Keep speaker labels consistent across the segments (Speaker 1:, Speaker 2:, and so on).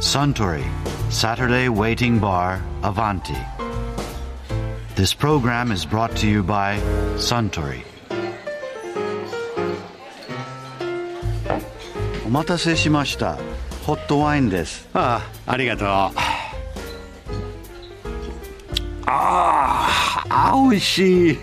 Speaker 1: Suntory, Saturday Waiting Bar, Avanti. This program is brought to you by Suntory. お待たせしました。ホットワインです。
Speaker 2: ああありがとうあああ美味しい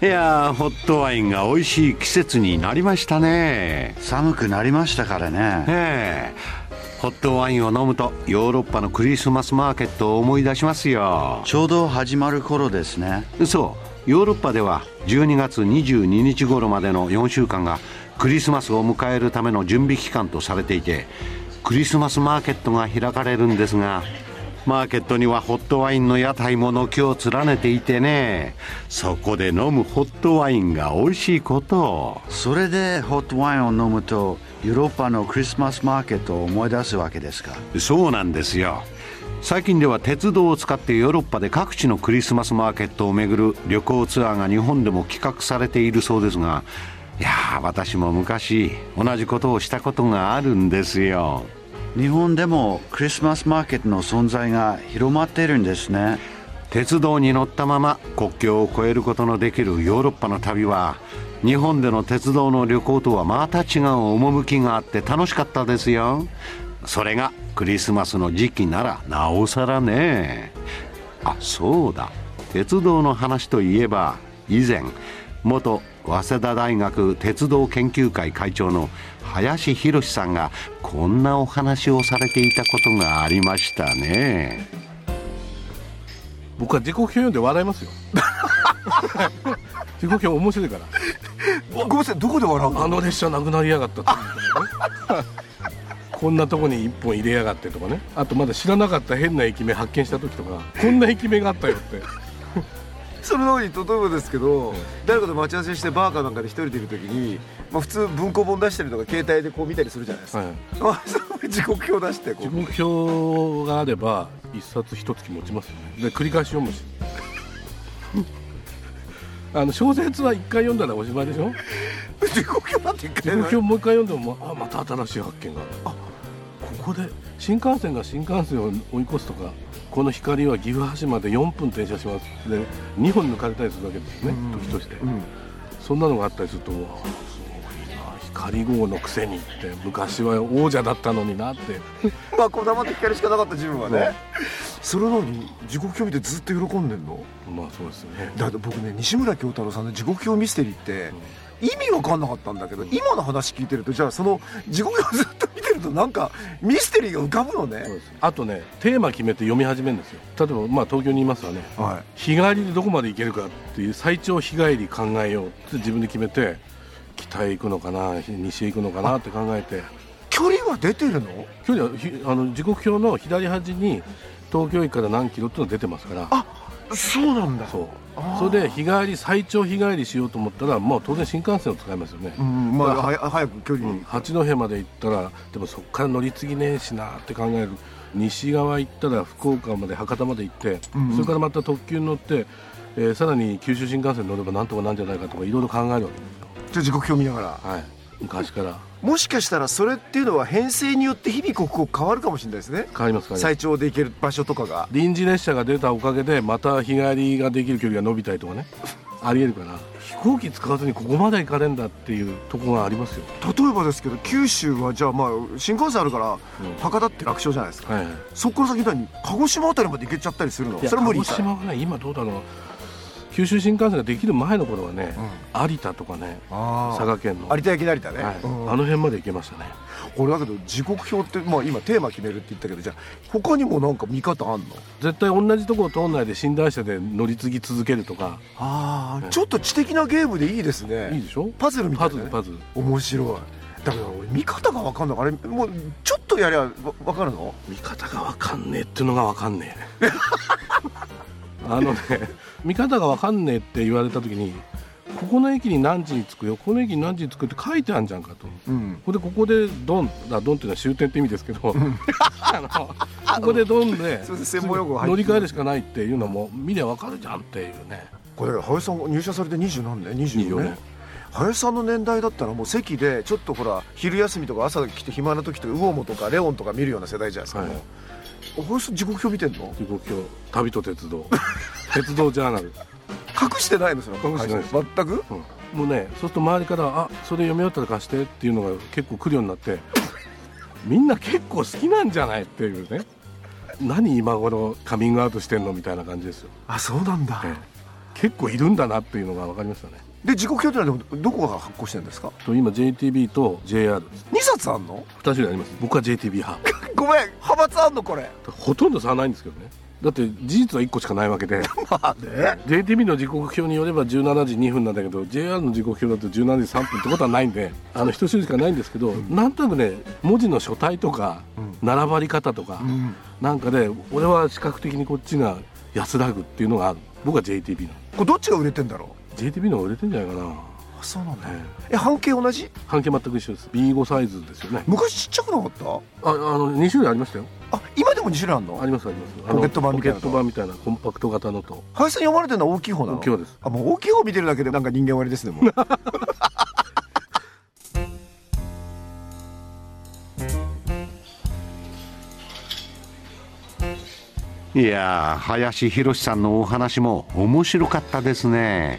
Speaker 2: いやあホットワインが美味しい季節になりましたね
Speaker 1: 寒くなりましたからね。
Speaker 2: ええホットワインを飲むとヨーロッパのクリスマスマーケットを思い出しますよ
Speaker 1: ちょうど始まる頃ですね。
Speaker 2: そうヨーロッパでは12月22日頃までの4週間がクリスマスを迎えるための準備期間とされていてクリスマスマーケットが開かれるんですがマーケットにはホットワインの屋台も軒を連ねていてねそこで飲むホットワインが美味しいことを
Speaker 1: それでホットワインを飲むとヨーロッパのクリスマスマーケットを思い出すわけですか。
Speaker 2: そうなんですよ最近では鉄道を使ってヨーロッパで各地のクリスマスマーケットを巡る旅行ツアーが日本でも企画されているそうですがいやー私も昔同じことをしたことがあるんですよ
Speaker 1: 日本でもクリスマスマーケットの存在が広まっているんですね。
Speaker 2: 鉄道に乗ったまま国境を越えることのできるヨーロッパの旅は日本での鉄道の旅行とはまた違う趣があって楽しかったですよそれがクリスマスの時期ならなおさらねあそうだ鉄道の話といえば以前元早稲田大学鉄道研究会会長の林博さんがこんなお話をされていたことがありましたね。
Speaker 3: 僕は時刻表読んで笑います よ時刻表面白いから
Speaker 4: ごめんなさいどこで笑うの
Speaker 3: あの列車なくなりやがったっていうねこんなとこに一本入れやがってとかねあとまだ知らなかった変な駅名発見した時とかこんな駅名があったよって
Speaker 4: その通り例えばですけど、誰かと待ち合わせしてバーかなんかで一人でいる時に、まあ、普通文庫本出したりとか携帯でこう見たりするじゃないですか、
Speaker 3: はい
Speaker 4: あそう時刻表出してこ
Speaker 3: 時
Speaker 4: う
Speaker 3: 刻表があれば一冊一月持ちますよねで繰り返し読 むしあの小説は一回読んだらおしまいでしょ
Speaker 4: 時刻表なんて一
Speaker 3: 時
Speaker 4: 回
Speaker 3: 刻
Speaker 4: な
Speaker 3: 表
Speaker 4: い
Speaker 3: もう一回読んでもあまた新しい発見があるあここで新幹線が新幹線を追い越すとかこの光は岐阜橋まで4分停車しますで2本抜かれたりするわけですよね時として、そんなのがあったりするとうわすごいな光号のくせにって昔は王者だったのになって
Speaker 4: まあこだまって光しかなかった自分はね、それなのに時刻表見てずっと喜んでんの
Speaker 3: まあそうですよね
Speaker 4: だって僕ね西村京太郎さんの「時刻表ミステリー」って意味わかんなかったんだけど今の話聞いてるとじゃあその時刻表ずっと見てるとなんかミステリーが浮かぶの
Speaker 3: そう
Speaker 4: ね
Speaker 3: ですあとねテーマ決めて読み始めるんですよ例えばまあ東京にいますわね
Speaker 4: は
Speaker 3: 日帰りでどこまで行けるかっていう最長日帰り考えようって自分で決めて北へ行くのかな西へ行くのかなって考えて
Speaker 4: い距離は出てるの
Speaker 3: 今日はひあの時刻表の左端に東京駅から何キロっていうのが出てますから
Speaker 4: そうなんだ
Speaker 3: そうそれで日帰り最長日帰りしようと思ったらもう当然新幹線を使いますよね、
Speaker 4: うん、ま
Speaker 3: だ
Speaker 4: あ、
Speaker 3: か
Speaker 4: はや早く距離に。
Speaker 3: 八戸まで行ったらでもそこから乗り継ぎねえしなって考える西側行ったら福岡まで博多まで行って、それからまた特急に乗って、えーさらに九州新幹線に乗ればなんとかなんじゃないかとかいろいろ考えるわけですよ
Speaker 4: ちょっと時刻表見ながら。
Speaker 3: はい昔から
Speaker 4: もしかしたら、それっていうのは編成によって日々刻々変わるかもしれないですね。
Speaker 3: 変わりますから、ね、
Speaker 4: 最長で行ける場所とかが。
Speaker 3: 臨時列車が出たおかげでまた日帰りができる距離が伸びたりとか ねありえるから飛行機使わずにここまで行かれんだっていうとこがありますよ
Speaker 4: 例えばですけど、九州はじゃあ、まあ、新幹線あるから、博多って楽勝じゃないですか。
Speaker 3: はいはい
Speaker 4: そこから先何、鹿児島あたりまで行けちゃったりするの。
Speaker 3: いや
Speaker 4: それは無理
Speaker 3: 鹿児島はね今どうだろう九州新幹線ができる前の頃はね、有田とかね
Speaker 4: あー
Speaker 3: 佐賀県の、
Speaker 4: 有田焼成田ね、
Speaker 3: はい
Speaker 4: うん
Speaker 3: あの辺まで行けましたね
Speaker 4: これだけど時刻表って、まあ、今テーマ決めるって言ったけどじゃあ他にもなんか見方あんの
Speaker 3: 絶対同じとこを通んないで寝台車で乗り継ぎ続けるとか
Speaker 4: ああちょっと知的なゲームでいいですね
Speaker 3: いいでしょ
Speaker 4: パズルみたいなね
Speaker 3: パズルパズル
Speaker 4: 面白いだから俺見方が分かんないあれもうちょっとやりゃ分かるの
Speaker 3: 見方が分かんねえっていうのが分かんね えあのね見方が分かんねえって言われた時にここの駅に何時に着くよここの駅に何時に着くって書いてあるじゃんかと、
Speaker 4: うん
Speaker 3: ここでここでドンだドンっていうのは終点って意味ですけど、あ のここでドンです
Speaker 4: いません専門用語入って
Speaker 3: 乗り換えるしかないっていうのも見りゃわかるじゃんっていうね
Speaker 4: これ林さんが入社されて二十何年24
Speaker 3: 24
Speaker 4: 年
Speaker 3: 年
Speaker 4: 林さんの年代だったらもう席でちょっとほら昼休みとか朝来て暇な時とかウオモとかレオンとか見るような世代じゃないですか、
Speaker 3: はい
Speaker 4: もう林さん時刻表見てんの
Speaker 3: 時刻表旅と鉄道 鉄道ジャーナル、
Speaker 4: 隠してないのその
Speaker 3: 隠してないです
Speaker 4: 全く
Speaker 3: うんもうねそうすると周りから「あそれ読み終わったら貸して」っていうのが結構来るようになってみんな結構好きなんじゃないっていうね何今頃カミングアウトしてんのみたいな感じですよ、
Speaker 4: あそうなんだ、
Speaker 3: ええ結構いるんだなっていうのが分かりましたね
Speaker 4: で時刻表ってのはでもどこが発行してるんですか
Speaker 3: と今 JTB と JR です
Speaker 4: 2冊あんの
Speaker 3: 2種類あります僕は JTB 派
Speaker 4: ごめん派閥あんのこれ
Speaker 3: ほとんど差はないんですけどねだって事実は1個しかないわけで JTB の時刻表によれば17時2分なんだけど JR の時刻表だと17時3分ってことはないんであの一種類しかないんですけど、なんとなくね文字の書体とか、並ばり方とか、なんかで俺は視覚的にこっちが安らぐっていうのがある僕は JTB なの
Speaker 4: これどっちが売れてんだろ
Speaker 3: JTB の方が売れてんじゃないかな
Speaker 4: うあそうなんだ
Speaker 3: え
Speaker 4: え半径同じ
Speaker 3: 関係全く一緒です B5 サイズですよね
Speaker 4: 昔ちっちゃくなかった
Speaker 3: ああの2種類ありましたよ
Speaker 4: あ今でも2種類あんの
Speaker 3: ありますありますあの
Speaker 4: ポケット版みたいな
Speaker 3: ポケッ
Speaker 4: の
Speaker 3: ト版みたいなコンパクト型のと
Speaker 4: 林さん読まれてるのは大きい方なの
Speaker 3: 大きい方です
Speaker 4: あもう大きい方見てるだけでなんか人間終わりですねもう
Speaker 2: いやー林博さんのお話も面白かったですね